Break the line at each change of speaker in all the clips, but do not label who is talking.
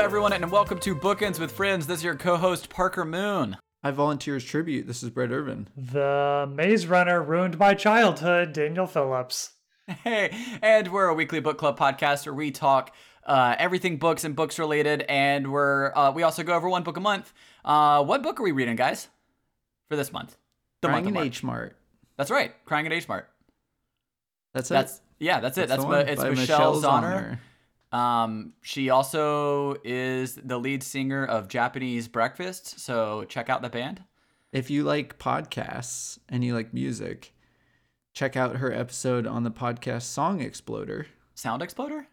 everyone, and welcome to Bookends with Friends. This is your co-host Parker Moon.
I volunteers tribute. This is Brett Irvin.
The Maze Runner ruined my childhood, Daniel Phillips.
Hey, and we're a weekly book club podcast where we talk uh, everything books and books related, and we're uh, we also go over one book a month. Uh, what book are we reading, guys, for this month? The
Crying
month
in
of March.
H Mart.
That's right, crying at H Mart.
That's,
That's
it.
yeah, that's it. That's,
the
Mi-
one
it's
by
Michelle's, honor. Um, she also is the lead singer of Japanese Breakfast, so check out the band.
If you like podcasts and you like music, check out her episode on the podcast Song Exploder.
Sound Exploder.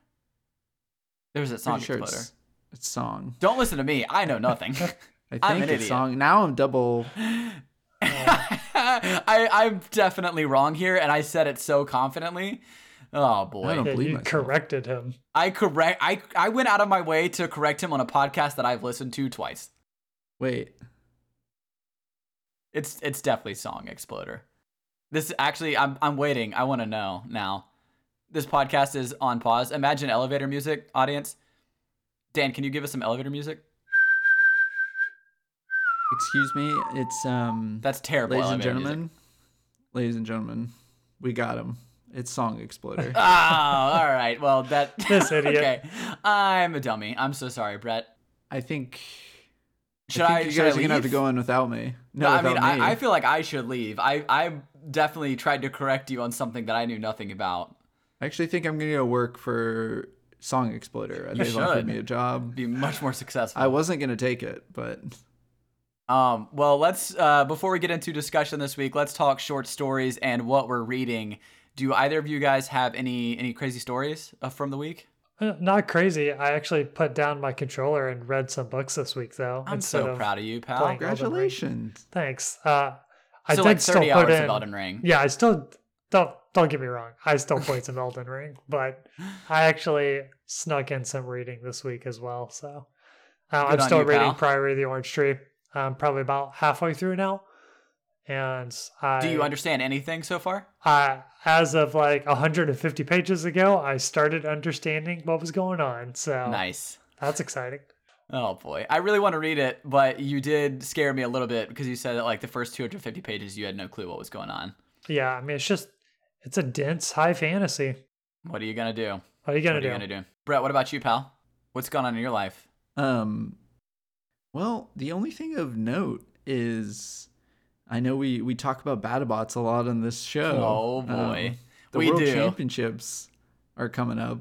There's a Sound
Pretty sure
Exploder.
it's, it's song.
Don't listen to me. I know nothing.
I think
I'm an
it's
idiot.
song. Now I'm double.
Uh,
I, I'm definitely wrong here, and I said it so confidently. Oh
I
boy,
don't
Yeah,
believe
you
myself.
corrected him.
I correct. I I went out of my way to correct him on a podcast that I've listened to twice.
Wait,
It's it's definitely Song Exploder. This actually, I'm I'm waiting. I want to know now. This podcast is on pause. Imagine elevator music, audience. Dan, can you give us some elevator music?
excuse me. It's um,
That's terrible.
ladies and
elevator music.
gentlemen, ladies and gentlemen, we got him. It's Song Exploder.
Oh, all right. Well, that
This idiot.
okay. I'm a dummy. I'm so sorry, Brett.
I think.
Should
I
I?
think you
should
guys
I
are gonna have to
leave?
go in without me. No,
I
without
mean,
me.
I, I feel like I should leave. I, I definitely tried to correct you on something that I knew nothing about.
I actually think I'm gonna go work for Song Exploder. and They've
should.
offered me a job.
Be much more successful.
I wasn't gonna take it, but
Um, well, let's uh, before we get into discussion this week, let's talk short stories and what we're reading. Do either of you guys have any any crazy stories uh, from the week?
Eh, Not crazy. I actually put down my controller and read some books this week, though.
I'm
instead
so
of-
proud of you, pal.
playing- Elden Ring.
congratulations.
Thanks. Uh, I
so
did
like
still
30
put
hours
in.
of Elden Ring.
Yeah, I still don't don't get me wrong. I still played some Elden Ring, but I actually snuck in some reading this week as well. So uh,
Good
I'm
on
still
you,
reading
pal.
Priory of the Orange Tree. I'm probably about halfway through now, and I
Do you understand anything so far?
I, as of like 150 pages ago, I started understanding what was going on. So
Nice.
that's exciting.
Oh boy, I really want to read it, but you did scare me a little bit because you said that like the first 250 pages you had no clue what was going on.
Yeah, I mean, it's just, it's a dense high fantasy.
What are you gonna do?
What are you going
What
to
are
do?
you gonna do? Brett, what about you, pal? What's going on in your life?
Um, well, the only thing of note is, I know we we talk about BattleBots a lot on this show. Um,
Oh, boy.
the
We
World
do.
Championships are coming up,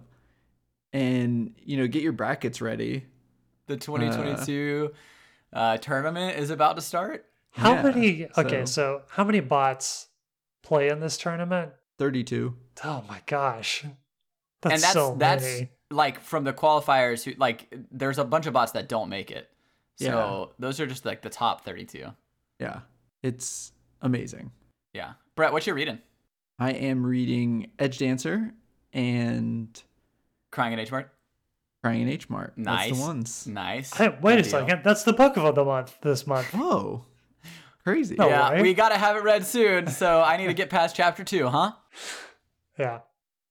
and you know, get your brackets ready.
The 2022 uh, tournament is about to start.
How
Yeah,
many, okay,
so-
so. how many bots play in this tournament?
Thirty-two.
Oh my gosh. That's,
and that's
so
that's
many.
like from the qualifiers who like there's a bunch of bots that don't make it. So those are just like the top 32.
Yeah, it's amazing.
Yeah. Brett, what you reading?
I am reading Edge Dancer and
Crying at H Mart?
Crying in H Mart. That's
Nice. Mm.
the ones.
Nice.
Hey, wait a
Good deal.
second. That's the book of the month this month.
Whoa, crazy.
No.
yeah,
way.
we got to have it read soon, so I need to get past chapter 2, huh?
Yeah.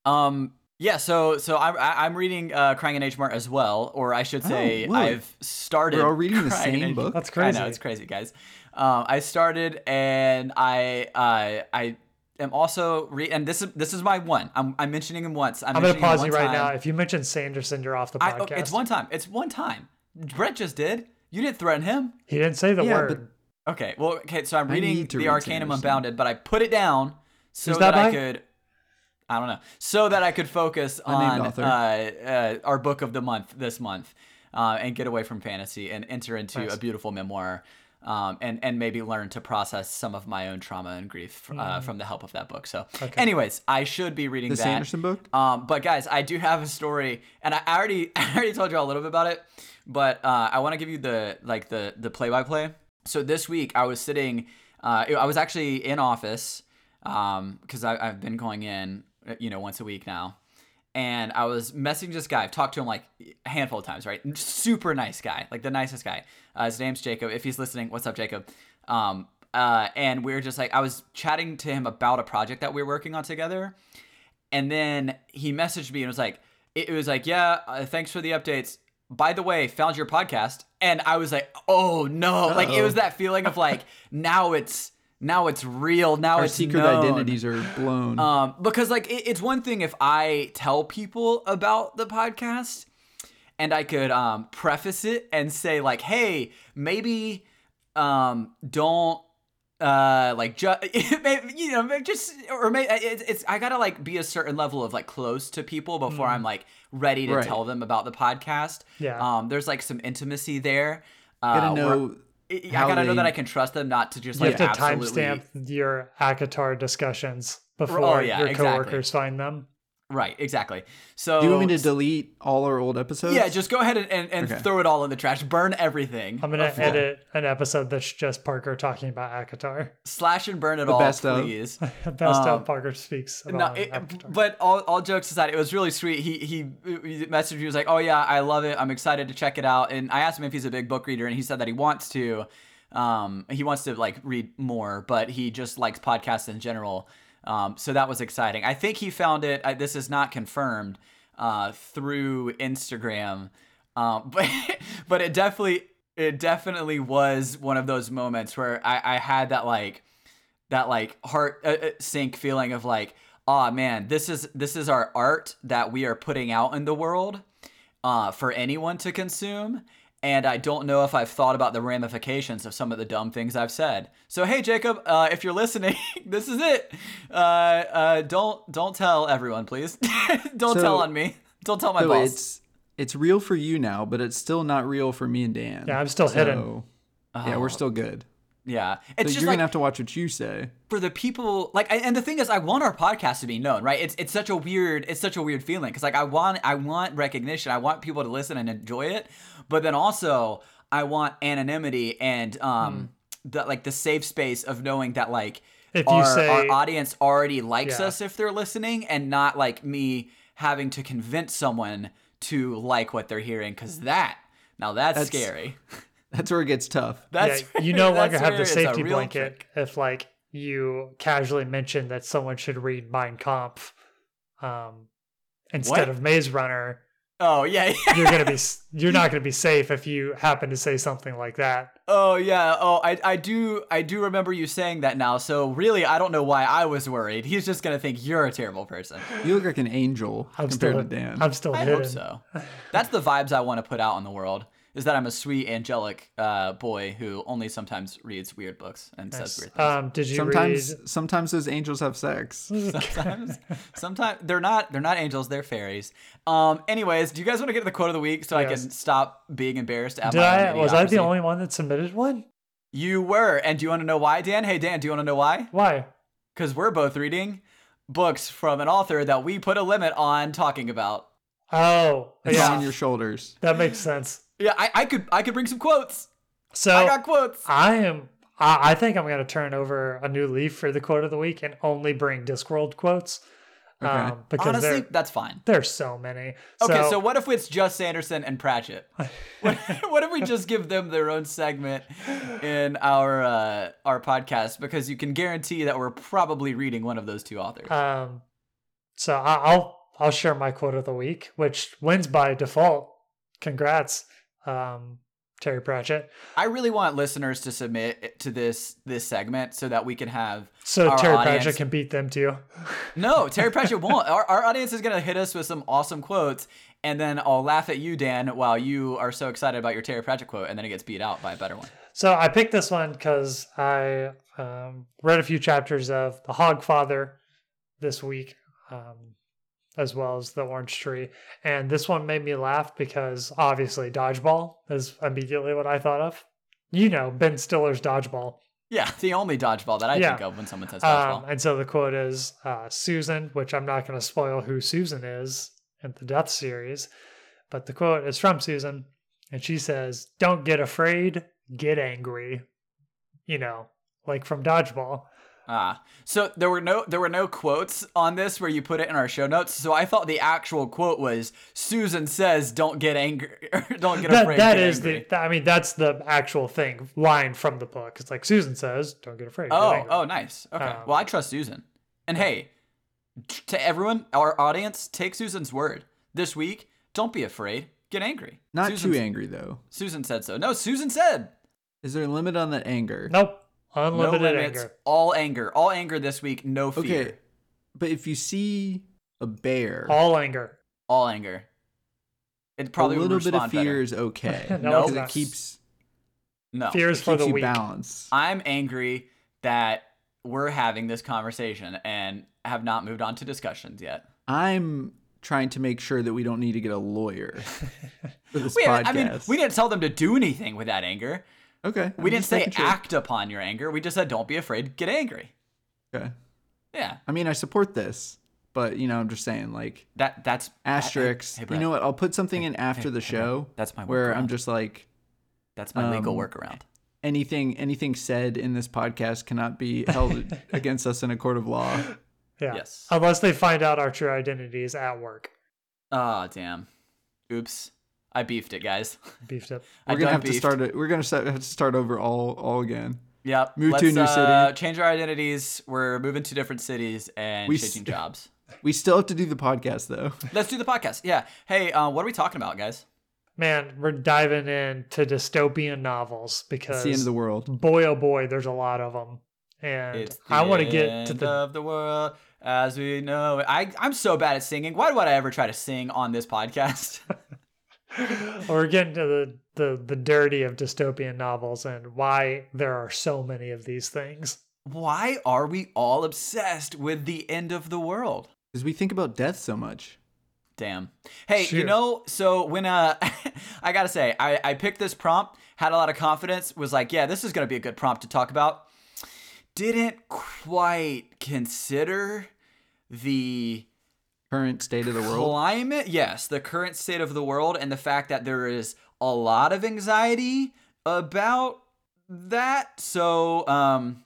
Um yeah, so so I, I I'm reading uh Crying in H Mart as well, or I should say
Oh, whoa.
I've started
We're all reading the
Crying in
same
H-
book.
That's crazy.
I know it's crazy, guys. Um, I started and I uh, I am also re- and this is this is my one. I'm, I'm mentioning him once. I'm,
I'm going to
mentioning him
pause
one
you right
time.
now. If you mention Sanderson, you're off the
I, oh,
podcast.
it's one time. It's one time. Brett just did. You didn't threaten him.
He didn't say the
Yeah,
word.
but
Okay. Well, okay. So I'm
I
reading
need to
the
read
Arcanum
Sanderson.
Unbounded, but I put it down so
Who's that
I
by?
could. I don't know. So that I could focus on
Unnamed
uh,
author.
uh, our book of the month this month, uh, and get away from fantasy and enter into
Nice.
a beautiful memoir, um, and and maybe learn to process some of my own trauma and grief
Hmm.
uh, from the help of that book. So, anyways, I should be reading
the
that.
Sanderson book.
Um, but guys, I do have a story, and I I already I already told you all a little bit about it, but uh, I want to give you the like the the play by play. So this week I was sitting, uh, I was actually in office because I I've been going in uh, you know once a week now, and I was messaging this guy. I've talked to him like a handful of times, right? Super nice guy, like the nicest guy. Uh, his name's Jacob. If he's listening, what's up, Jacob? Um, uh, and we were just like I was chatting to him about a project that we were working on together and then he messaged me and was like it it was like yeah uh, thanks for the updates by the way, found your podcast, and I was like, oh no, like it was that feeling of like now it's now it's real, now
Our
it's
secret
known.
identities are blown.
Um, because like it, it's one thing if I tell people about the podcast, and I could um, preface it and say like, "Hey, maybe um, don't uh like just you know maybe just or maybe it's, it's I gotta like be a certain level of like close to people before I'm like ready to
Mm. Right.
tell them about the podcast.
Yeah.
Um, there's like some intimacy there.
gotta
Uh, where-
know.
I I
how
gotta know
they-
that I can trust them not to just
You
like
have to
absolutely Oh,
timestamp your ACOTAR discussions before
yeah,
your
exactly.
coworkers find them.
right exactly. So
Do you want me to delete all our old episodes?
Yeah, just go ahead and, and, and
Okay.
throw it all in the trash. Burn everything.
I'm gonna edit an episode that's just Parker talking about ACOTAR.
Slash and burn it all,
best of.
please.
Best of Parker speaks
Um, No,
about
it-
ACOTAR.
but all, all jokes aside, it was really sweet. He, he he messaged me. He was like, "Oh yeah, I love it. I'm excited to check it out." And I asked him if he's a big book reader, and he said that he wants to. Um, he wants to like read more, but he just likes podcasts in general. Um, so that was exciting. I think he found it. I, this is not confirmed uh, through Instagram, um, but but it definitely it definitely was one of those moments where I, I had that like that like heart uh, uh, sink feeling of like ah man this is this is our art that we are putting out in the world uh, for anyone to consume and i don't know if i've thought about the ramifications of some of the dumb things i've said so hey jacob uh, if you're listening this is it uh, uh, don't don't tell everyone please don't
So-
tell on me don't tell my
So
boss
it's it's real for you now, but it's still not real for me and Dan.
Yeah, I'm still hidden.
So, Yeah, we're still good.
yeah Oh. it's
So
just
you're
like
gonna have to watch what you say.
for the people like and and the thing is i want our podcast to be known right it's it's such a weird it's such a weird feeling because like i want i want recognition i want people to listen and enjoy it but then also i want anonymity and um the like the safe space of knowing that like
Hmm. If you
our,
say-
our audience already likes
Yeah.
us if they're listening and not like me having to convince someone to like what they're hearing because that now that's,
That's-
scary
That's where it gets tough.
that's
yeah, you no
that's
longer have
where
the
it's a
safety
real
blanket
trick.
if like you casually mention that someone should read Mein Kampf um, instead
What?
of Maze Runner.
oh yeah
You're gonna be s- you're not gonna be safe if you happen to say something like that.
Oh yeah. Oh, I I do I do remember you saying that now. So really, I don't know why I was worried. He's just gonna think you're a terrible person.
You look like an angel
I'm
compared to
still
Dan.
I'm still
I
hidden.
hope so. That's the vibes I want to put out in the world. Is that I'm a sweet angelic uh, boy who only sometimes reads weird books and says
Nice.
weird things.
Um, did you
sometimes
read?
sometimes those angels have sex.
sometimes, sometimes they're not they're not angels. They're fairies. Um. Anyways, do you guys want to get to the quote of the week so I can
Yes.
stop being embarrassed at
Did
my
I
own
was I the
idiocracy?
only one that submitted one?
You were. And do you want to know why, Dan? Hey, Dan. Do you want to know why?
Why?
because we're both reading books from an author that we put a limit on talking about.
Oh,
It's
yeah,
on your shoulders.
that makes sense.
Yeah, I, I could I could bring some quotes.
So
I got quotes.
I am. I I think I'm going to turn over a new leaf for the quote of the week and only bring Discworld quotes
Okay.
um, because
Honestly,
there
that's fine.
there's so many.
Okay, so, what if it's just Sanderson and Pratchett? What, what if we just give them their own segment in our uh, our podcast because you can guarantee that we're probably reading one of those two authors.
um, so I, I'll I'll share my quote of the week, which wins by default. Congrats, um, Terry Pratchett.
I really want listeners to submit to this this segment so that we can have
So
Our
Terry
audience-
Pratchett can beat them too.
No, Terry Pratchett won't. Our, our audience is going to hit us with some awesome quotes, and then I'll laugh at you, Dan, while you are so excited about your Terry Pratchett quote, and then it gets beat out by a better one.
So I picked this one because I um, read a few chapters of The Hogfather this week, um, as well as The Orange Tree. And this one made me laugh because obviously Dodgeball is immediately what I thought of. You know, Ben Stiller's Dodgeball.
Yeah, the only dodgeball that I
Yeah.
think of when someone says
Um,
dodgeball.
and so the quote is uh, Susan, which I'm not going to spoil who Susan is in the Death series, but the quote is from Susan, and she says, Don't get afraid, get angry. You know, like from Dodgeball.
ah, so there were no there were no quotes on this where you put it in our show notes. So I thought the actual quote was Susan says, "Don't get angry, don't get
That,
afraid."
that
get
is
angry."
the, that- I mean, that's the actual thing, line from the book. It's like Susan says, Don't get afraid.
Oh,
get angry.
oh, nice. Okay.
Um,
well, I trust Susan. And hey, t- to everyone, our audience, take Susan's word. This week, don't be afraid. Get angry.
Not
Susan,
too angry though.
Susan said so. No, Susan said.
Is there a limit on that anger?
Nope. Unlimited
no limits.
anger.
All anger. All anger this week. No fear.
Okay, but if you see a bear,
All anger.
All anger. It probably
a
would
little bit of
respond
fear
better.
is okay.
No,
because
it's
it
not.
keeps
No.
Fears
it
for
keeps
the
you
weak.
balanced.
I'm angry that we're having this conversation and have not moved on to discussions yet.
I'm trying to make sure that we don't need to get a lawyer for this
We
podcast.
haven't- I mean, we didn't tell them to do anything with that anger.
okay.
We
I'm
didn't
just
say
making sure.
act upon your anger. We just said don't be afraid, get angry.
Okay.
Yeah.
I mean, I support this, but you know, I'm just saying, like
That that's
asterisk.
Hey,
you
Brett.
know what? I'll put something in after
hey,
the
hey, Brett.
show.
That's my
where I'm
workaround.
just like
That's my legal
um,
workaround.
anything anything said in this podcast cannot be held against us in a court of law.
Yeah.
Yes.
Unless they find out our true identities at work.
Oh damn. Oops. I beefed it, guys.
Beefed up.
I
We're gonna
done
have to
beefed.
start. A, we're gonna start, have to start over all all again.
Yep.
Move to
Let's,
a new city.
uh, Change our identities. We're moving to different cities and
We
changing
s-
jobs.
We still have to do the podcast though.
Let's do the podcast. Yeah. Hey, uh, what are we talking about, guys?
Man, we're diving into dystopian novels because
It's the end of the world.
boy oh boy, there's a lot of them. And
It's the
I want to get to
end
the
of the world as we know. it. I I'm so bad at singing. Why would I ever try to sing on this podcast?
We're getting to the, the the dirty of dystopian novels and why there are so many of these things.
Why are we all obsessed with the end of the world?
Because we think about death so much.
Damn. Hey, you
Shoot.
know, so when uh I gotta say, I, I picked this prompt, had a lot of confidence, was like, yeah, this is gonna be a good prompt to talk about. Didn't quite consider the
Current state of the world.
climate yes the current state of the world and the fact that there is a lot of anxiety about that so um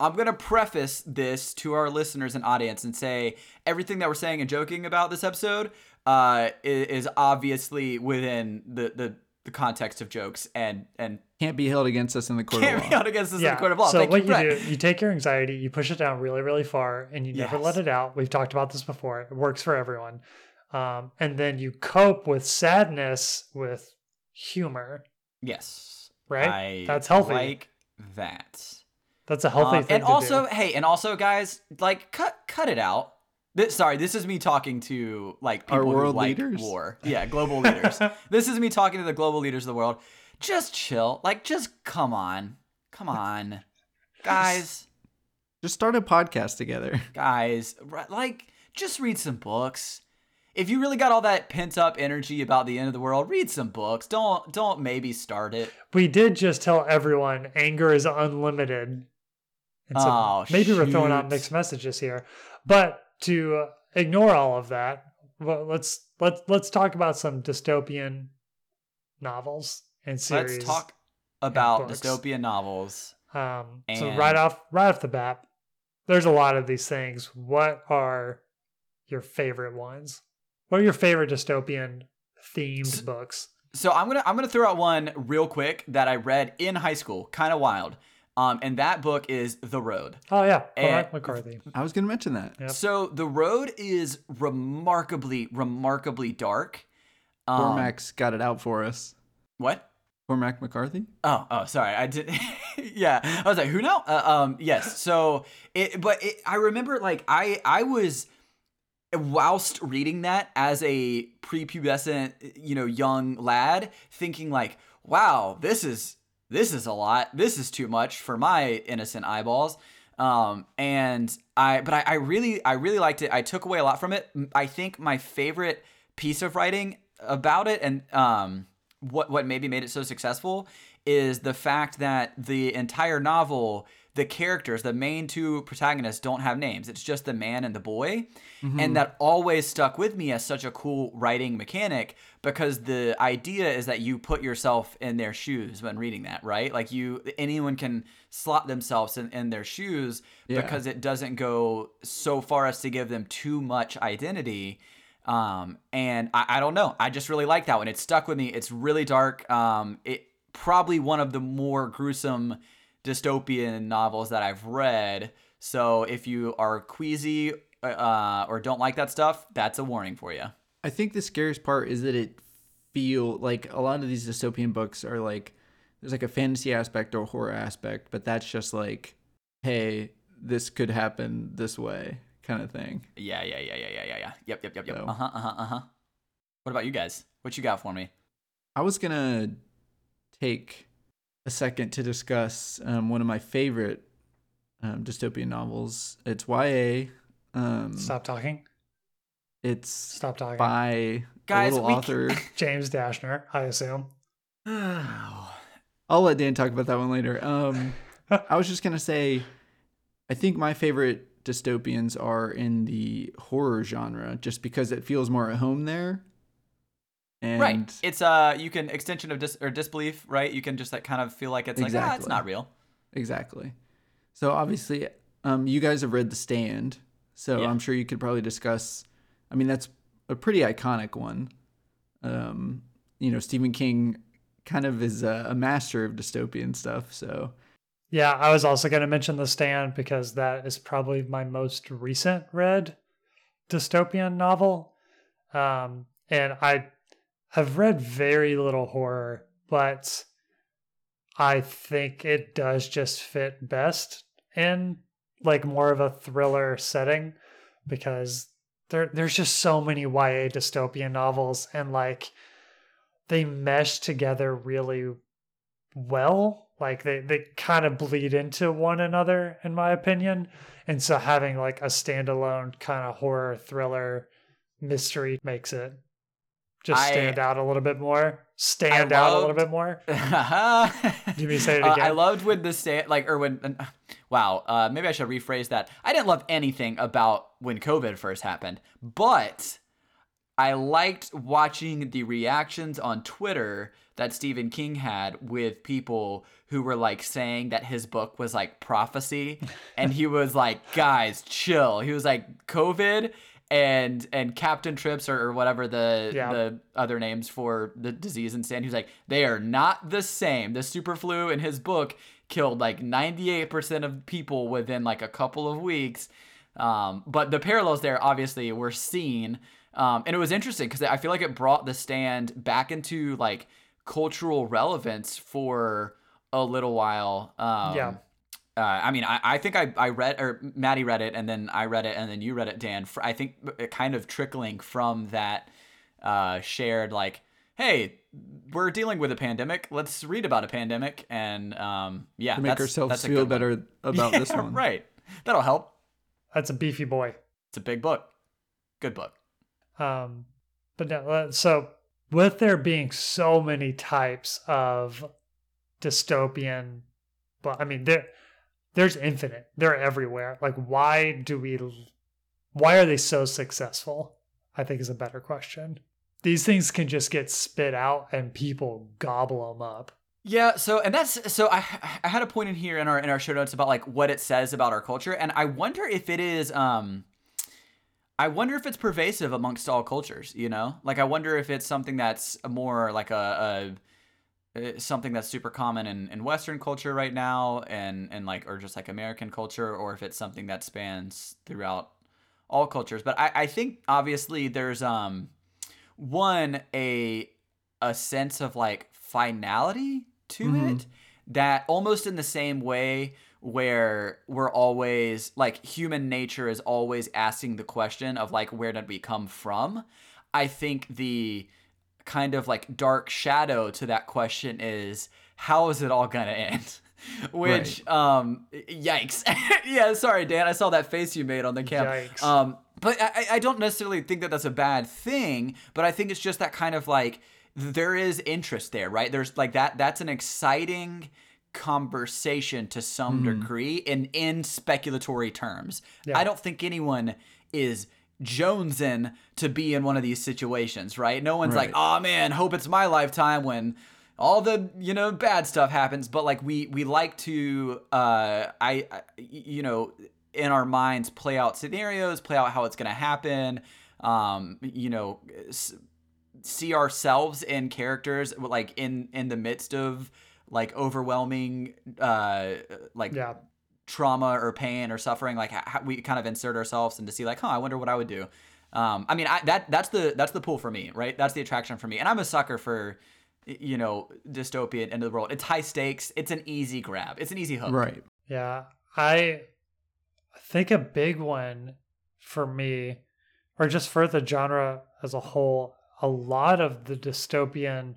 i'm gonna preface this to our listeners and audience and say everything that we're saying and joking about this episode uh i- is obviously within the the, the context of jokes and and
Can't be held against us in the court
can't
of
be
law.
out against this in
yeah.
the court of law
So
Thank
what
you,
you,
Brett.
do, you take your anxiety, you push it down really, really far, and you never let
Yes.
it out. We've talked about this before. It works for everyone. Um, and then you cope with sadness with humor,
yes
right?
I
That's healthy.
like that
That's a healthy
Um,
thing.
and
to
also,
do.
hey, and also, guys, like cut cut it out. This, sorry, this is me talking to like people
Our world
who like
leaders?
war. Yeah, global leaders. This is me talking to the global leaders of the world. Just chill. Like, just come on, come on, guys,
Just start a podcast together.
guys. Ri- Like, just read some books. If you really got all that pent up energy about the end of the world, read some books. Don't don't maybe start it.
we did just tell everyone anger is unlimited. And so
Oh,
maybe we're throwing out
shoot.
mixed messages here, but to uh, ignore all of that, well, let's let's let's talk about some dystopian novels and series.
Let's talk about
books.
dystopian novels.
Um, so
and-
right off right off the bat, there's a lot of these things. What are your favorite ones? What are your favorite dystopian themed books?
So I'm gonna I'm gonna throw out one real quick that I read in high school, kind of wild. Um, and that book is The Road.
Oh yeah,
and-
Cormac McCarthy.
I was gonna mention that.
Yep.
So The Road is remarkably, remarkably dark. Um,
Cormac's got it out for us.
What?
Cormac McCarthy.
Oh, oh, sorry. I did. yeah, I was like, who now? Uh, um, yes. So it, but it, I remember like I, I was whilst reading that as a prepubescent, you know, young lad, thinking like, wow, this is this is a lot. This is too much for my innocent eyeballs. Um, and I, but I, I really, I really liked it. I took away a lot from it. M- I think my favorite piece of writing about it, and um, what what maybe made it so successful is the fact that the entire novel, the characters, the main two protagonists don't have names. It's just the man and the boy. And that always stuck with me as such a cool writing mechanic because the idea is that you put yourself in their shoes when reading that, right? Like you anyone can slot themselves in, in their shoes
Yeah.
because it doesn't go so far as to give them too much identity. Um, and I, I don't know. I just really like that one. It stuck with me. It's really dark. Um, it probably one of the more gruesome dystopian novels that I've read. So if you are queasy uh, or don't like that stuff, that's a warning for you.
I think the scariest part is that it feel like a lot of these dystopian books are like there's like a fantasy aspect or horror aspect, but that's just like, hey, this could happen this way kind of thing.
Yeah, yeah, yeah, yeah, yeah, yeah, yeah. Yep, yep, yep, yep.
So-
Uh huh, uh huh, uh huh. What about you guys? What you got for me?
I was gonna take a second to discuss um, one of my favorite um, dystopian novels. It's YA. Um,
Stop talking.
It's
Stop talking.
by
Guys,
a little
we
author.
James Dashner, I assume.
I'll let Dan talk about that one later. Um, I was just gonna say, I think my favorite dystopians are in the horror genre, just because it feels more at home there. And
right. It's uh you can extension of dis or disbelief, right? You can just like kind of feel like it's like ah, it's
Exactly.
not real.
Exactly. So obviously, um, you guys have read The Stand, so
Yeah.
I'm sure you could probably discuss. I mean, that's a pretty iconic one. Um, you know, Stephen King kind of is a, a master of dystopian stuff. So
Yeah, I was also going to mention The Stand because that is probably my most recent read dystopian novel. Um, and I have read very little horror, but I think it does just fit best in like more of a thriller setting because there there's just so many YA dystopian novels and like they mesh together really well like they, they kind of bleed into one another in my opinion and so having like a standalone kind of horror thriller mystery makes it just
I-
stand out a little bit more stand out a little
loved-
bit more
Did
you mean say it
Uh, I
again?
loved when the stand like or when and- wow, uh maybe I should rephrase that. I didn't love anything about when COVID first happened, but I liked watching the reactions on Twitter that Stephen King had with people who were like saying that his book was like prophecy and he was like guys chill. He was like COVID and and Captain Trips or, or whatever the
Yeah.
the other names for the disease and stand. He was like they are not the same. The superflu in his book killed like 98% of people within like a couple of weeks. Um, but the parallels there obviously were seen. Um, and it was interesting because I feel like it brought the stand back into like cultural relevance for a little while. Um,
Yeah.
Uh, I mean, I, I think I, I read, or Maddie read it, and then I read it, and then you read it, Dan. Fr- I think it kind of trickling from that uh, shared, like, hey, we're dealing with a pandemic. Let's read about a pandemic. And um, yeah,
to make
that's-
ourselves
that's a
feel
good one.
better about this
Yeah,
one,
Right. That'll help.
that's a beefy boy
It's a big book. Good book.
Um, but no, uh, so with there being so many types of dystopian, but I mean there, there's infinite. They're everywhere. Like, why do we? Why are they so successful? I think is a better question. These things can just get spit out and people gobble them up.
Yeah, so and that's so I I had a point in here in our in our show notes about like what it says about our culture and I wonder if it is um I wonder if it's pervasive amongst all cultures, you know? Like I wonder if it's something that's more like a, a uh, something that's super common in, in western culture right now and and like or just like American culture or if it's something that spans throughout all cultures. But I I think obviously there's um one a a sense of like finality to
Mhm.
it that almost in the same way where we're always like human nature is always asking the question of like where did we come from i think the kind of like dark shadow to that question is how is it all gonna end which um yikes yeah sorry dan i saw that face you made on the camera
Yikes.
um, but I, I- I don't necessarily think that that's a bad thing. But I think it's just that kind of like there is interest there, right? There's like that. That's an exciting conversation to some degree in in speculatory terms.
Hmm. Yeah.
I don't think anyone is jonesing to be in one of these situations, right? No one's like, oh man, hope it's my lifetime when all the you know bad stuff happens but like we we like to uh i, I you know in our minds play out scenarios play out how it's going to happen um you know s- see ourselves in characters like in in the midst of like overwhelming uh like
yeah,
trauma or pain or suffering like how, we kind of insert ourselves and to see like huh i wonder what i would do Um, I mean, I, that that's the that's the pull for me, right? That's the attraction for me, and I'm a sucker for, you know, dystopian end of the world. It's high stakes. It's an easy grab. It's an easy hook.
Right.
Yeah, I think a big one for me, or just for the genre as a whole, a lot of the dystopian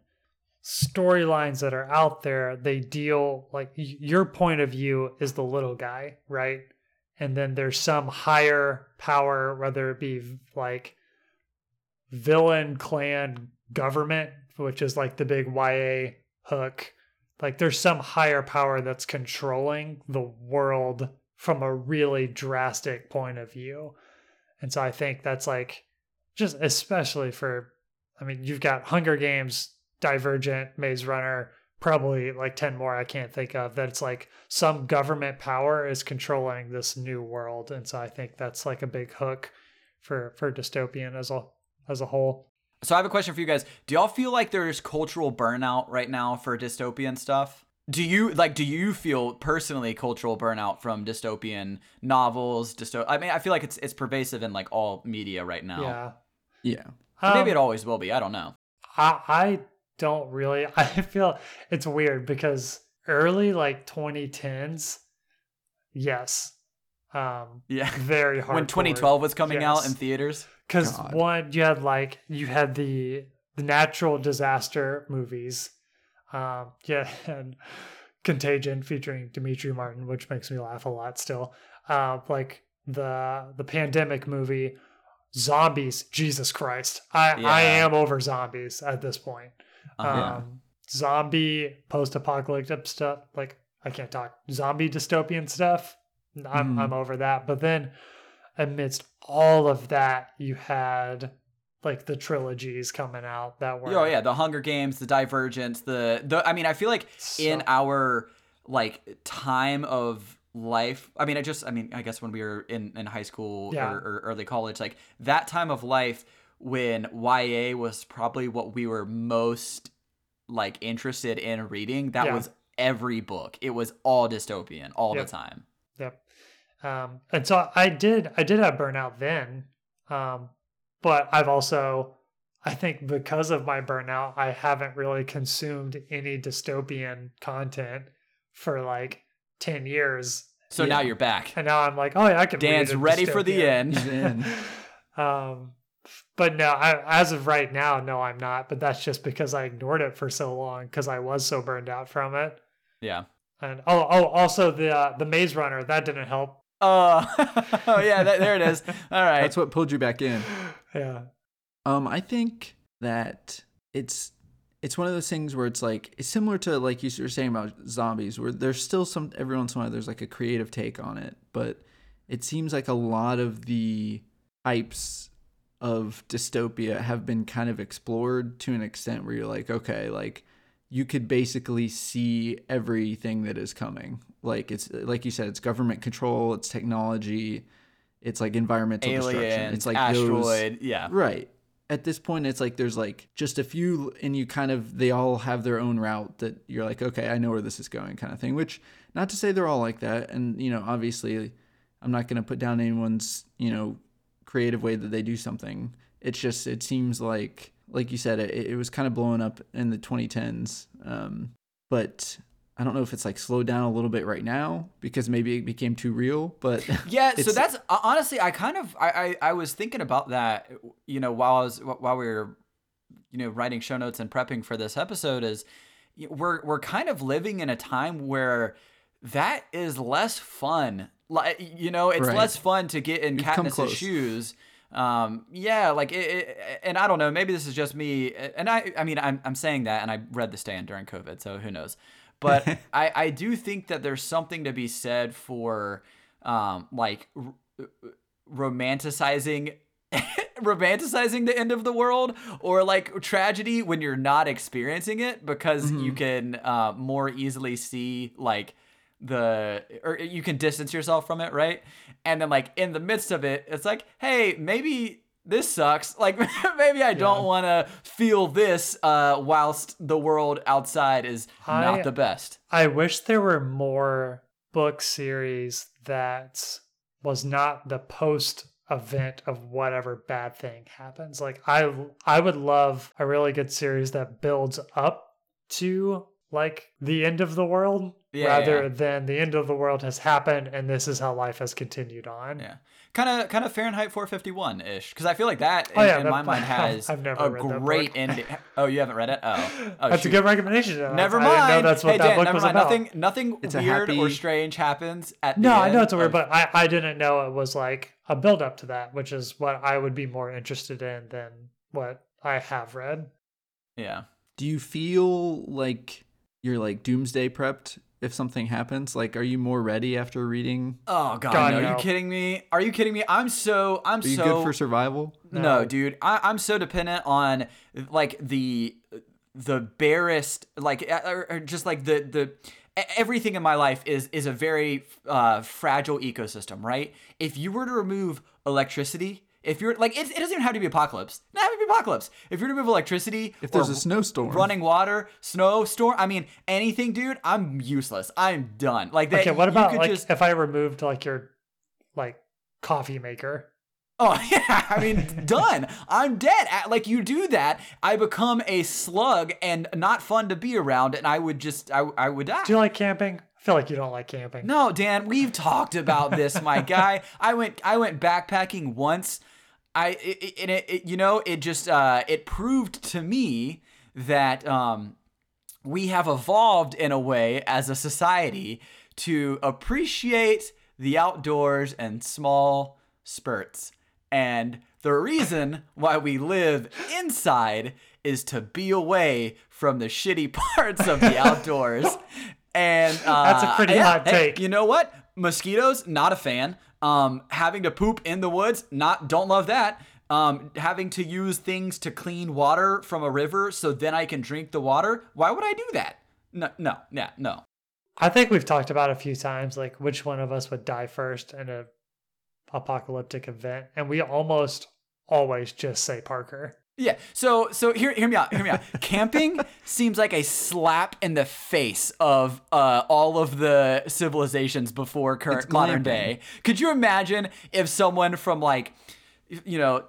storylines that are out there, they deal like y- your point of view is the little guy, right? And then there's some higher power, whether it be v- like villain clan government, which is like the big YA hook. Like there's some higher power that's controlling the world from a really drastic point of view. And so I think that's like just especially for I mean, you've got Hunger Games, Divergent, Maze Runner, probably like 10 more I can't think of that it's like some government power is controlling this new world and so I think that's like a big hook for for dystopian as a as a whole.
So I have a question for you guys. Do y'all feel like there's cultural burnout right now for dystopian stuff? Do you like do you feel personally cultural burnout from dystopian novels, dysto I mean, I feel like it's it's pervasive in like all media right now.
Yeah.
Yeah.
And
Um,
Maybe it always will be. I don't know.
I I don't really. I feel it's weird because early like 2010s, yes, um,
Yeah.
very hard.
When 2012 was coming out
Yes.
in theaters.
because
God.
one you had like you had the the natural disaster movies, um, yeah, and Contagion featuring Dimitri Martin, which makes me laugh a lot still. Uh, like the the pandemic movie, zombies. Jesus Christ, I I
Yeah.
am over zombies at this point
Uh-huh.
um, zombie post-apocalyptic stuff. Like I can't talk zombie dystopian stuff. I'm
Hmm.
Mhm.
I'm over that. But then, amidst all of that, you had like the trilogies coming out that were
oh yeah, the Hunger Games, the Divergent, the the I mean, I feel like
so-
in our like time of life i mean i just i mean i guess when we were in in high school
Yeah.
or, or early college like that time of life when ya was probably what we were most like interested in reading that
Yeah.
was every book it was all dystopian all
Yep.
the time
Yep. Um, and so I did I did have burnout then. Um, but I've also I think because of my burnout, I haven't really consumed any dystopian content for like 10 years.
so now
Yeah.
you're back
And now I'm like, oh yeah, I can read
dan's
a
ready for the
dystopian.
end
He's in.
um but no I, as of right now no i'm not but that's just because i ignored it for so long because i was so burned out from it
yeah
and oh oh also the uh, the maze runner that didn't help
uh, oh yeah that, there it is all right
That's what pulled you back in.
yeah
Um, I think that it's it's one of those things where it's like it's similar to like you were saying about zombies, where there's still some every once in a while there's like a creative take on it, but it seems like a lot of the types of dystopia have been kind of explored to an extent where you're like, okay, like you could basically see everything that is coming. Like it's like you said, it's government control, it's technology, it's like environmental destruction.
alien
It's like those,
asteroid yeah
Right. At this point, it's like there's like just a few, and you kind of, they all have their own route that you're like, okay, I know where this is going, kind of thing, which not to say they're all like that. And, you know, obviously, I'm not going to put down anyone's, you know, creative way that they do something. It's just, it seems like, like you said, it, it was kind of blowing up in the 2010s. Um, but I don't know if it's like slowed down a little bit right now because maybe it became too real, but
Yeah, so
It's-
that's uh, honestly, I kind of, I, I, I was thinking about that, you know, while I was, while we were, you know, writing show notes and prepping for this episode is y- we're, we're kind of living in a time where that is less fun. Like, you know, it's
Right.
less fun to get in
come
Katniss's
close.
shoes. Um, yeah, like, it, it, and I don't know, maybe this is just me. And I, I mean, I'm, I'm saying that and I read the stand during COVID, so who knows? But I, I do think that there's something to be said for, um, like r- romanticizing romanticizing the end of the world or like tragedy when you're not experiencing it because you
Mm-hmm.
can uh, more easily see like the or you can distance yourself from it right and then like in the midst of it it's like hey maybe this sucks like maybe i don't want to feel this uh whilst the world outside is
I-
not the best
I wish there were more book series that was not the post event of whatever bad thing happens. Like I I would love a really good series that builds up to like the end of the world
Yeah,
rather
yeah.
than the end of the world has happened and this is how life has continued on.
Yeah, kind of kind of Fahrenheit 451 ish, because I feel like that in,
Oh, yeah,
in
that-
my mind has
I've never
a
read that
great
book.
ending. Oh, you haven't read it? Oh, oh
that's
shoot.
a good recommendation. though.
Never
I didn't
mind.
know that's what
hey,
that
Dan,
book
never
was
mind.
about.
Nothing nothing
It's a
weird or
happy-
strange happens at
no,
the
I know
end
it's weird,
of-
but I, I didn't know it was like a build up to that, which is what I would be more interested in than what I have read.
yeah.
Do you feel like you're like doomsday prepped if something happens? Like, are you more ready after reading?
Oh god,
God,
no.
no.
you kidding me? Are you kidding me? I'm so I'm
Are you
so
good for survival?
no,
No.
dude I, i'm so dependent on like the the barest like uh, or, or just like the the e- everything in my life is is a very uh, fragile ecosystem right if you were to remove electricity if you're like it, it doesn't even have to be apocalypse not have to be apocalypse if you're to remove electricity
If there's
or
a snowstorm,
running water snow storm i mean anything dude i'm useless i'm done like that
Okay, what
you
about
could
like
just
if I removed like your like coffee maker?
Oh yeah, I mean, done. I'm dead. At- Like you do that, I become a slug and not fun to be around, and I would just, I, I would die.
Do you like camping? I feel like you don't like camping.
no, Dan, we've talked about this, my guy. I went, I went backpacking once. I, it, it, and it, it- you know, it just, uh, it proved to me that um, we have evolved in a way as a society to appreciate the outdoors and small spurts. And the reason why we live inside is to be away from the shitty parts of the outdoors. And uh,
That's a pretty hot
hey,
take.
you know what? Mosquitoes, not a fan. Um, having to poop in the woods, not don't love that. Um, having to use things to clean water from a river so then I can drink the water. Why would I do that? No, no, yeah, no.
I think we've talked about a few times like which one of us would die first in a apocalyptic event, and we almost always just say Parker.
Yeah. So so hear hear me out. Hear me out. Camping seems like a slap in the face of uh, all of the civilizations before current
It's
modern
glamping.
day. Could you imagine if someone from like you know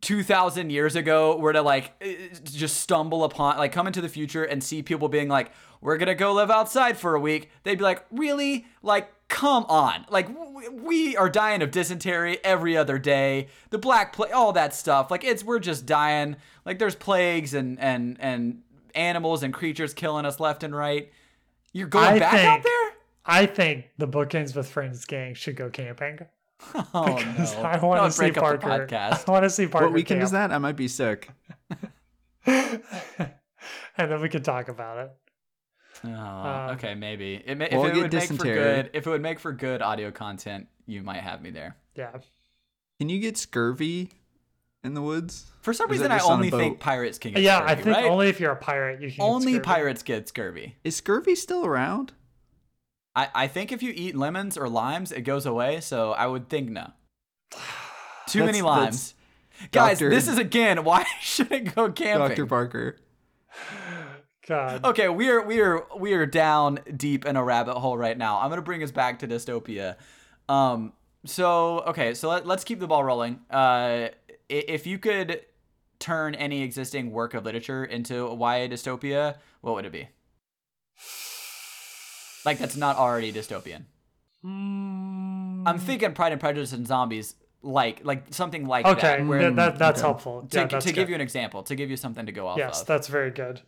2000 years ago were to like eh, just stumble upon like come into the future and see people being like we're going to go live outside for a week. They'd be like, "Really? Like come on. Like w- we are dying of dysentery every other day. The black plague, all that stuff. Like it's we're just dying. Like there's plagues and and and animals and creatures killing us left and right. You're going
I
back out
think-
there?
I think the bookends with friends gang should go camping.
Oh
Because
no.
I
That
want to
would
see
break up the
Parker. I
podcast.
want to see Parker.
What weekend is
camp.
that? I might be sick.
and then we can talk about it.
Oh,
Um,
okay, maybe. It, ma- if
we'll
it
get
would make for
dysentery.
good, if it would make for good audio content, you might have me there.
Yeah.
Can you get scurvy in the woods?
For some
Or is
reason,
that
I
just on a
only
boat?
think pirates can get
yeah,
scurvy,
I think
right?
only if you're a pirate you can.
Only
scurvy.
pirates get scurvy.
Is scurvy still around?
I, I think if you eat lemons or limes, it goes away. So I would think no. Too many
That's-
limes. Guys,
Dr.
this is again why I shouldn't go camping.
Dr. Parker.
God.
okay, we are we are we are down deep in a rabbit hole right now. I'm gonna bring us back to dystopia. Um, so okay, so let, let's keep the ball rolling. Uh, i- if you could turn any existing work of literature into why a dystopia, what would it be? Like that's not already dystopian.
Hmm.
I'm thinking Pride and Prejudice and zombies, like like something like
Okay,
that.
we're
th-
in-
that, that's
okay.
helpful.
To,
yeah, that's
to give
good.
you an example, to give you something to go off
yes,
of.
that's very good.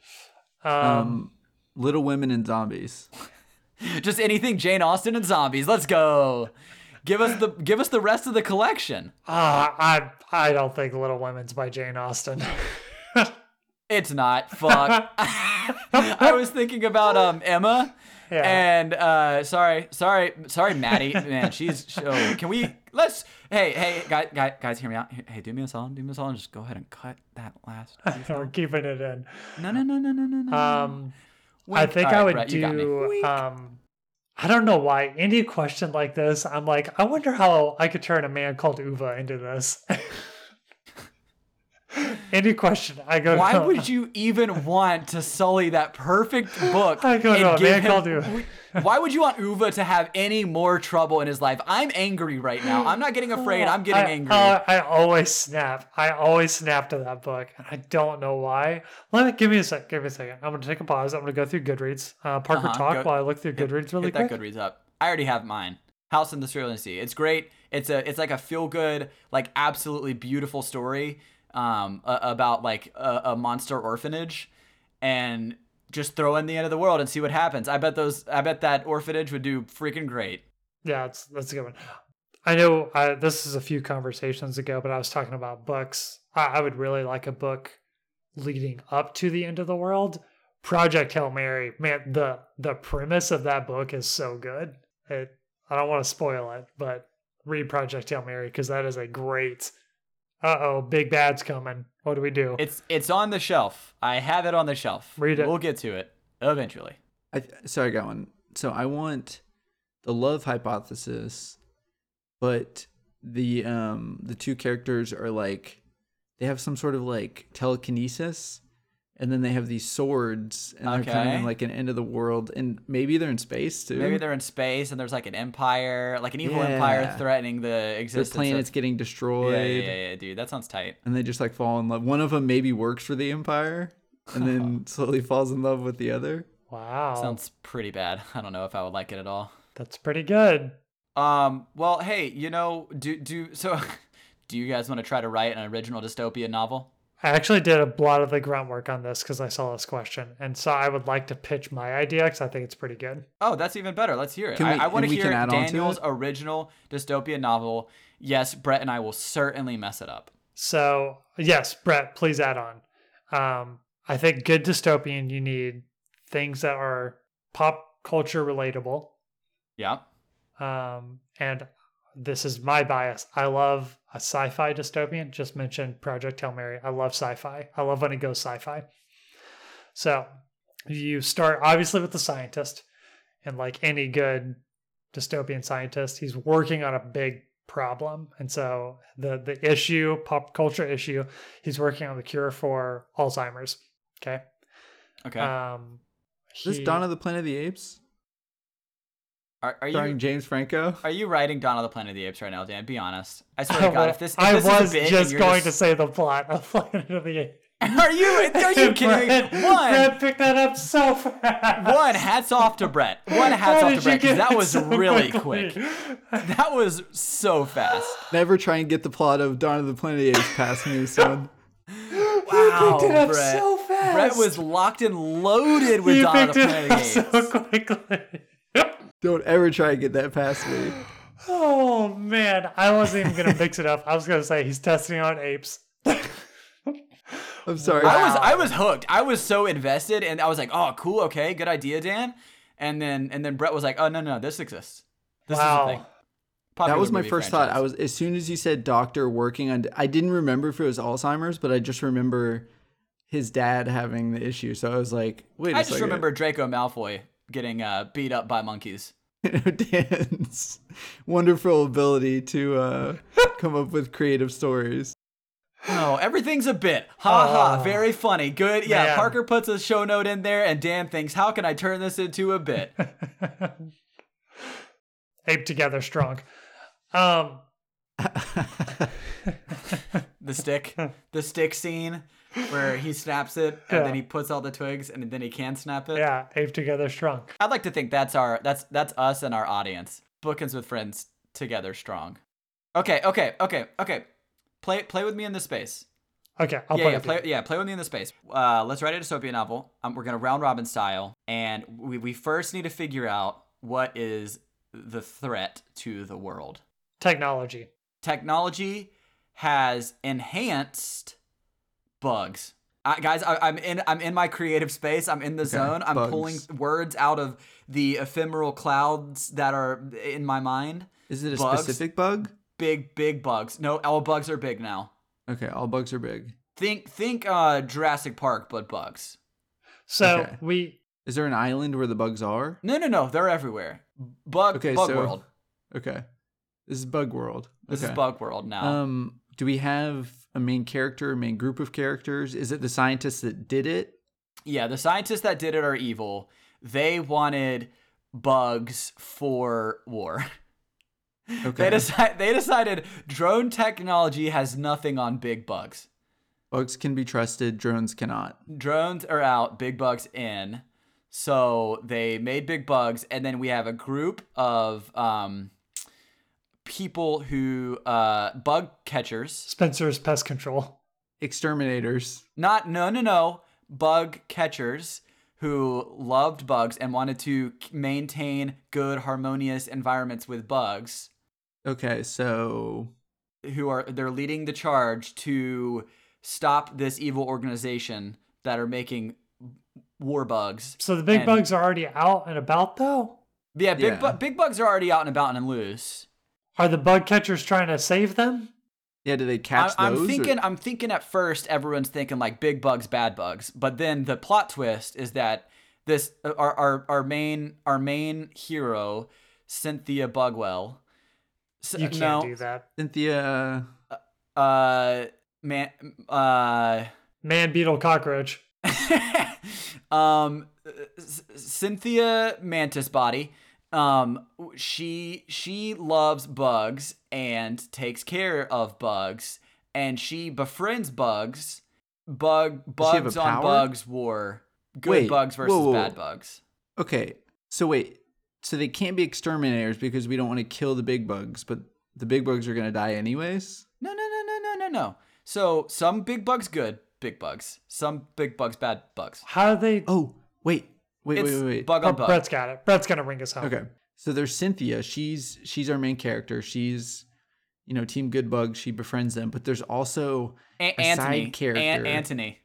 Um,
Um, Little Women and Zombies.
Just anything Jane Austen and zombies. Let's go. Give us the give us the rest of the collection.
ah, I I don't think Little Women's by Jane Austen.
It's not fuck. I was thinking about um Emma
Yeah.
and uh sorry sorry sorry Maddie man she's so can we let's hey hey guys guys, guys hear me out hey do me a solid do me a solid just go ahead and cut that last
We're keeping it in.
no no no no no no no.
Um, I
Wink.
think
All right,
I would
Brett, you got me.
do.
Wink.
Um, I don't know why any question like this. I'm like, I wonder how I could turn a man called Uva into this. Any question, I go.
Why
to,
would you even want to sully that perfect book?
I go, no, man,
him-
I'll do it.
Why would you want Uva to have any more trouble in his life? I'm angry right now. I'm not getting afraid. I'm getting
I-
angry.
uh, I always snap. I always snap to that book, and I don't know why. Let me give me a sec. Give me a second. I'm gonna take a pause. I'm gonna go through Goodreads. Uh, Parker,
Uh-huh,
talk
go-
while I look through Goodreads really
Hit that
quick.
Goodreads up. I already have mine. House in the Cerulean Sea. It's great. It's a it's like a feel good, like absolutely beautiful story um a- about like a, a monster orphanage and just throw in the end of the world and see what happens. I bet those I bet that orphanage would do freaking great.
Yeah, it's, that's a good one. I know I, this is a few conversations ago, but I was talking about books. I, I would really like a book leading up to the end of the world. Project Hail Mary, man, the the premise of that book is so good. It, I don't want to spoil it, but read Project Hail Mary because that is a great. Uh oh, big bad's coming. What do we do?
It's it's on the shelf. I have it on the shelf.
Read it.
We'll get to it eventually.
I th- so I got one. So I want the love hypothesis, but the um the two characters are like they have some sort of like telekinesis, and then they have these swords, and they're kind of in
Okay.
like an end of the world, and maybe they're in space too.
Maybe they're in space and there's like an empire, like an evil
Yeah.
empire threatening the
their
existence. of-
planet's getting
yeah,
destroyed,
yeah, yeah, yeah, dude. That sounds tight.
and they just like fall in love. One of them maybe works for the empire, and then slowly falls in love with the other.
wow,
Oh.
Sounds pretty bad. I don't know if I would like it at all.
that's pretty good.
Um, well, hey, you know, do do so do you guys want to try to write an original dystopian novel?
I actually did a lot of the grunt work on this because I saw this question, and so I would like to pitch my idea because I think it's pretty good.
Oh, that's even better. Let's hear it.
Can we-
I, I want
and
to
we can
hear
add on to
Daniel's
it?
original dystopian novel. Yes, Brett and I will certainly mess it up.
So yes, Brett, please add on. Um, I think good dystopian. You need things that are pop culture relatable.
Yeah.
Um, and this is my bias. I love a sci-fi dystopian. Just mentioned Project Hail Mary. I love sci-fi. I love when it goes sci-fi. So you start obviously with the scientist, and like any good dystopian scientist, he's working on a big problem. And so the the issue, pop culture issue, he's working on the cure for Alzheimer's. Okay.
Okay.
Uh,
Um
Is this
he-
Dawn of the Planet of the Apes,
are, are
starring
you
James Franco.
are you writing Dawn of the Planet of the Apes right now, Dan? Be honest. I swear to God, if this if
I
this
was
is a bit and
just
you're
going to say the plot of Planet of the Apes.
Are you are you kidding? me?
Brett-
One
Brett picked that up so fast.
one hats off to Brett. One hats
How
off
did
to
you
Brett 'cause
get
that
it
was
so
really
quickly?
quick. That was so fast.
Never try and get the plot of Dawn of the Planet of the Apes past me, son.
Wow,
picked it up
Brett.
so fast.
Brett was locked and loaded with
You
Dawn of
picked
the
it
Planet of
up
the Apes.
so quickly.
Don't ever try and get that past me.
Oh man, I wasn't even gonna mix it up. I was gonna say he's testing on apes.
I'm sorry.
I was I was hooked. I was so invested, and I was like, "Oh, cool, okay, good idea, Dan." And then and then Brett was like, "Oh no, no, this exists. This
Wow.
is a thing."
that
Popular
was my
movie
first thought. I
franchise.
was as soon as you said doctor working on I didn't remember if it was Alzheimer's, but I just remember his dad having the issue. So I was like, wait a
I just
second.
remember Draco Malfoy getting uh, beat up by monkeys.
Dan's wonderful ability to uh, come up with creative stories.
Oh, everything's a bit. Ha ha.
Oh.
Very funny. Good. Yeah.
Man.
Parker puts a show note in there, and Dan thinks, "How can I turn this into a bit?"
Ape together strong. Um
the stick the stick scene where he snaps it and
Yeah.
then he puts all the twigs and then he can snap it
yeah, ape together strong.
i'd like to think that's our that's that's us and our audience bookends with friends together strong okay okay okay okay play play with me in this space
Okay, I'll
yeah
play
yeah
with you.
play, yeah play with me in this space uh, let's write a dystopian novel um, we're gonna round robin style and we, we first need to figure out what is the threat to the world
Technology.
technology has enhanced bugs. I, guys, I, I'm in. I'm in my creative space. I'm in the zone. I'm
bugs.
pulling words out of the ephemeral clouds that are in my mind.
Is it a
Bugs?
specific bug?
Big, big bugs. No, all bugs are big now.
Okay, all bugs are big.
Think, think, uh, Jurassic Park, but bugs.
So
Okay.
we
Is there an island where the bugs are?
No, no, no. They're everywhere. Bug,
Okay,
bug
so-
world.
Okay. This is Bug World.
This
okay.
is bug world now.
Um, Do we have a main character, a main group of characters? Is it the scientists that did it?
Yeah, the scientists that did it are evil. They wanted bugs for war.
Okay.
They decide they decided drone technology has nothing on big bugs.
Bugs can be trusted, drones cannot.
Drones are out, big bugs in. So they made big bugs, and then we have a group of um, people who uh, bug catchers.
Spencer's pest control.
Exterminators.
Not no no no bug catchers who loved bugs and wanted to k- maintain good harmonious environments with bugs.
Okay, so
who are they're leading the charge to stop this evil organization that are making war bugs.
So the big
And-
bugs are already out and about, though.
Yeah, big
Yeah.
Bu- big bugs are already out and about and loose.
Are the bug catchers trying to save them?
yeah, do they
I,
catch those?
I'm
or-
thinking I'm thinking at first everyone's thinking like big bugs, bad bugs, but then the plot twist is that this uh, our our, our main our main hero Cynthia Bugwell. s-
You can't
no,
do that.
Cynthia.
Uh, man, uh.
Man, beetle, cockroach.
um, S- Cynthia Mantis body. Um, she she loves bugs and takes care of bugs, and she befriends bugs. Bug
Does she have a
bugs on
power?
bugs war. Good
Wait,
bugs versus
whoa, whoa,
bad
whoa.
bugs.
Okay, so wait, so they can't be exterminators because we don't want to kill the big bugs, but the big bugs are gonna die anyways.
No no no no no no no. So some big bugs good big bugs. Some big bugs bad bugs.
How do they?
Oh, wait, wait,
It's
wait, wait, wait.
bug
Oh,
on bug.
Brett's got it. Brett's gonna ring us home.
Okay. So there's Cynthia. She's she's our main character. She's you know Team Good Bug. She befriends them, but there's also
A-
a
Anthony.
side character.
An- Anthony.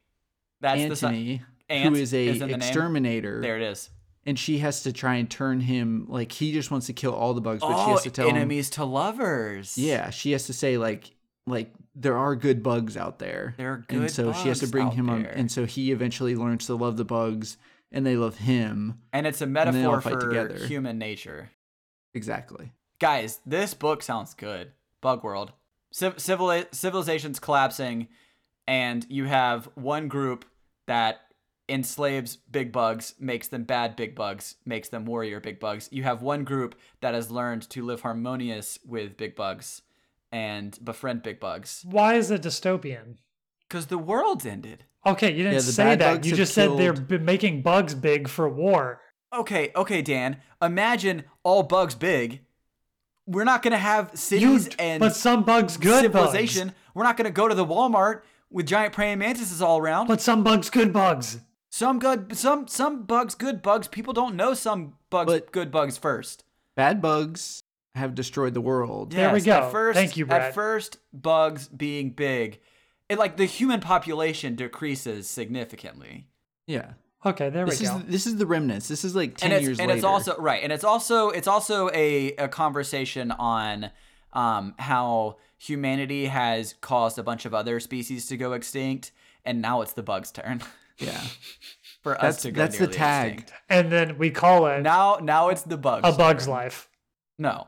That's the si-
Anthony,
Ant
who is a
is in the name.
exterminator,
There it is.
and she has to try and turn him. Like he just wants to kill all the bugs, but she has to tell him.
Oh, enemies to lovers.
Yeah, she has to say like like there are good bugs out there.
There are good
and so she has to
bugs
bring
out
him on,
there.
and so he eventually learns to love the bugs, and they love him.
and it's a
they all
metaphor
fight
for
together.
human nature.
Exactly.
Guys, this book sounds good. Bug World, Civ- civili- civilization's collapsing, and you have one group that enslaves big bugs, makes them bad big bugs, makes them warrior big bugs. You have one group that has learned to live harmonious with big bugs and befriend big bugs
Why is it dystopian?
because the world's ended.
Okay, you didn't
Yeah, the
say
bad
that.
bugs
You
have
just said they're
killed-
b- making bugs big for war.
Okay, okay, Dan. Imagine all bugs big. We're not gonna have
You,
cities and
but some bugs good
civilization.
bugs.
We're not gonna go to the Walmart with giant praying mantises all around.
But some bugs good bugs.
some good, some some bugs, good bugs. People don't know some bugs,
But-
good bugs first.
Bad bugs have destroyed the world.
There we
at
go.
first,
Thank you,
At
Brad.
first, bugs being big, it like the human population decreases significantly.
Yeah.
Okay, there
This
we
is
go.
this is the remnants. This is like ten
and it's
years
and
later.
it's also right and it's also it's also a, a conversation on um, how humanity has caused a bunch of other species to go extinct and now it's the bug's turn
yeah.
for us
That's
to go
that's the
nearly
tag.
extinct.
And then we call it
now now it's the bugs
a bug's
turn.
life.
no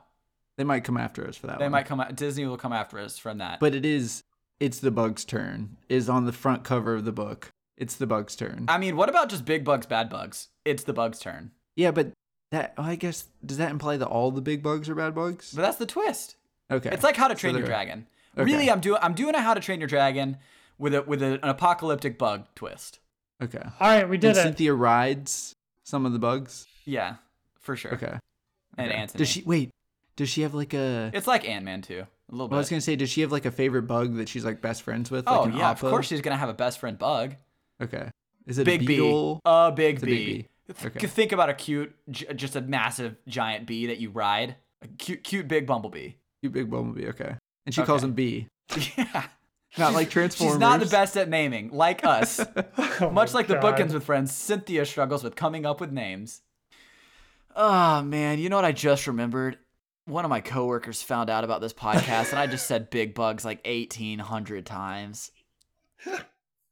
They might come after us for that.
they
one.
might come out disney will come after us from that
But it is it's the bug's turn. Is on the front cover of the book. It's the bug's turn.
i mean what about just big bugs bad bugs it's the bug's turn
yeah, but that oh, I guess does that imply that all the big bugs are bad bugs?
but that's the twist
okay.
It's like How to Train Your
there-
Dragon.
okay.
Really, I'm doing I'm doing a How to Train Your Dragon with a with a, an apocalyptic bug twist.
okay.
All right, we
And
did it.
Cynthia rides some of the bugs.
Yeah, for sure.
Okay.
And
okay.
Anthony.
Does she wait? Does she have like a?
It's like Ant Man too, a little
Well, I was
bit.
gonna say, does she have like a favorite bug that she's like best friends with?
oh
like an
yeah, of
oppo?
course she's gonna have a best friend bug.
Okay. Is it a
Big Oh.
beetle?
bee, a big
It's a
bee.
big
Th-
Okay.
Think about a cute, j- just a massive giant bee that you ride. A cute, cute big bumblebee.
You big bumblebee, okay. And she calls
Okay.
him B.
yeah.
Not like Transformers.
She's not the best at naming, like us.
Oh
Much
my
like the
God.
bookends with friends, Cynthia struggles with coming up with names. Ah man, you know what I just remembered? One of my coworkers found out about this podcast, and I just said "big bugs" like eighteen hundred times.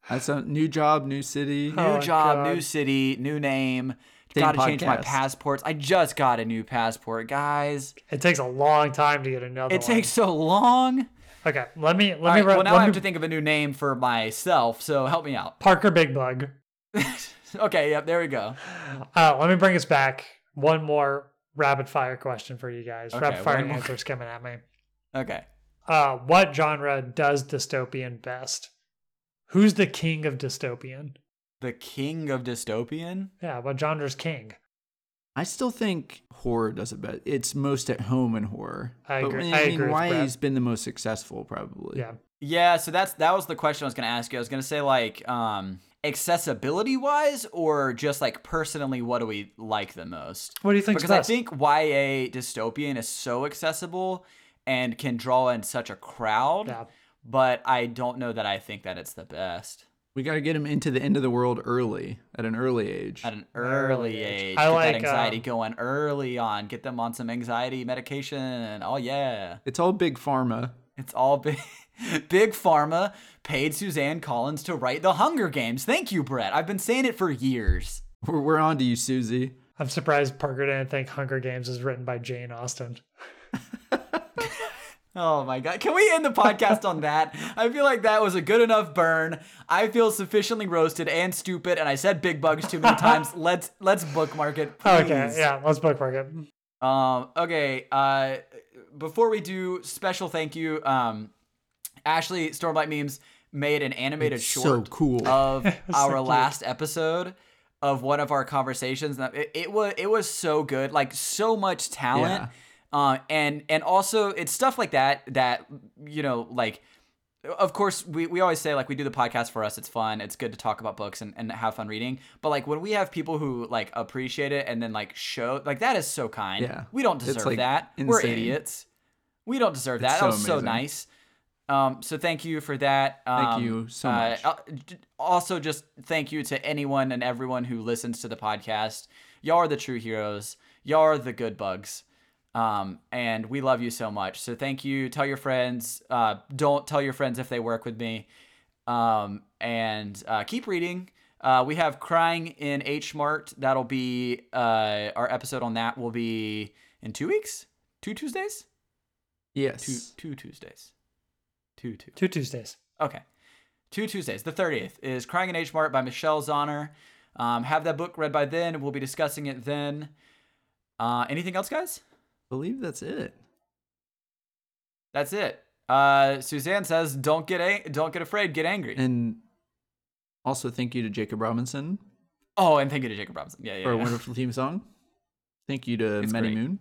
That's a new job, new city.
New
Oh,
job,
God.
new city, new name.
Same
Got to change my
podcast.
passports. I just got a new passport, guys.
It takes a long time to get another.
It
one.
takes so long.
Okay, let me let
All
me
right,
run.
well, now I
let
have
me-
to think of a new name for myself, so help me out.
Parker Big Bug.
okay, yep, there we go.
Uh, let me bring us back. One more rapid fire question for you guys.
Okay,
rapid fire
one more.
answers coming at me.
Okay.
Uh, what genre does dystopian best? Who's the king of dystopian?
The king of dystopian?
Yeah, what genre's king?
I still think horror does it best. It's most at home in horror.
I
But
agree-
when-
I
mean,
agree with
why
Brad.
has been the most successful, probably.
Yeah,
Yeah, so that's that was the question I was gonna ask you. I was gonna say like um accessibility wise or just like personally what do we like the most?
what do you think's
Because I
best?
think YA dystopian is so accessible and can draw in such a crowd,
yeah,
but I don't know that I think that it's the best
We got to get him into the end of the world early, at an early age.
at an
Early
early
age.
age.
I
get
like,
that anxiety
um,
going early on. Get them on some anxiety medication and oh yeah.
It's all big pharma.
It's all big. Big Pharma paid Suzanne Collins to write The Hunger Games. Thank you, Brett. I've been saying it for years.
We're, we're on to you, Susie.
I'm surprised Parker didn't think Hunger Games is written by Jane Austen.
Oh my God. Can we end the podcast on that? I feel like that was a good enough burn. I feel sufficiently roasted and stupid, and I said big bugs too many times. Let's let's bookmark it. Please.
Okay, yeah, let's bookmark it.
Um, okay. Uh, before we do, special thank you. Um, Ashley Stormlight Memes made an animated
It's
short. Um,
so cool.
of our
cute.
last episode of one of our conversations. Now, It, it was it was so good, like so much talent, uh, and and also it's stuff like that that you know like. Of course, we, we always say like we do the podcast for us. It's fun. It's good to talk about books and, and have fun reading. But like when we have people who like appreciate it and then like show like that is so kind.
Yeah.
We don't
It's,
deserve
like,
that. We're
insane.
idiots. We don't deserve that. that
It's so
was so
amazing.
nice. Um, so thank you for that. Um,
you so
uh,
much.
al- j- also, just thank you to anyone and everyone who listens to the podcast. Y'all are the true heroes. Y'all are the good bugs. Um, and we love you so much. So thank you. Tell your friends. Uh, don't tell your friends if they work with me. Um, and uh, keep reading. Uh, we have Crying in H Mart. That'll be uh, our episode on that will be in two weeks? Two Tuesdays?
yes.
Two, two Tuesdays. Two, two.
Two Tuesdays.
Okay. Two Tuesdays. The 30th is Crying in H Mart by Michelle Zahner. Um, have that book read by then. We'll be discussing it then. Uh, anything else, guys?
believe that's it.
That's it. Uh, Suzanne says, "Don't get a- don't get afraid. Get angry."
And also thank you to Jacob Robinson
oh, and thank you to Jacob Robinson. Yeah, yeah.
for a
yeah.
wonderful theme song. Thank you to
It's
Many
great.
Moon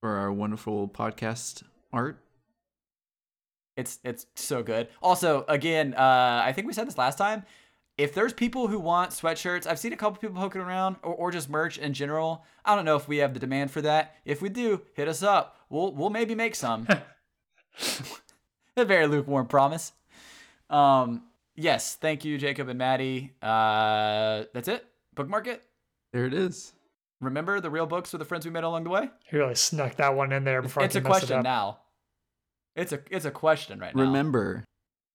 for our wonderful podcast art.
It's it's so good. Also, again, uh, I think we said this last time. If there's people who want sweatshirts, I've seen a couple people poking around, or, or just merch in general. I don't know if we have the demand for that. If we do, hit us up. We'll we'll maybe make some. a very lukewarm promise. Um, yes, thank you, Jacob and Maddie. Uh, that's it. Bookmark it.
There it is.
Remember the real books with the friends we made along the way.
You really snuck that one in there before
it's
I
a
could mess it
question
up.
now. It's a it's a question right now.
Remember,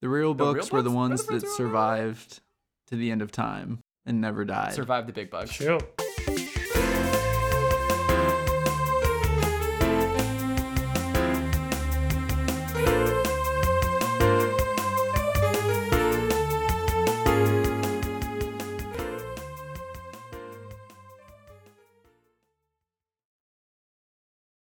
the real
The real
books were the
books were the
ones
ones
that
that were alive.
survived to the end of time and never died.
survive the big bugs.
Shoot.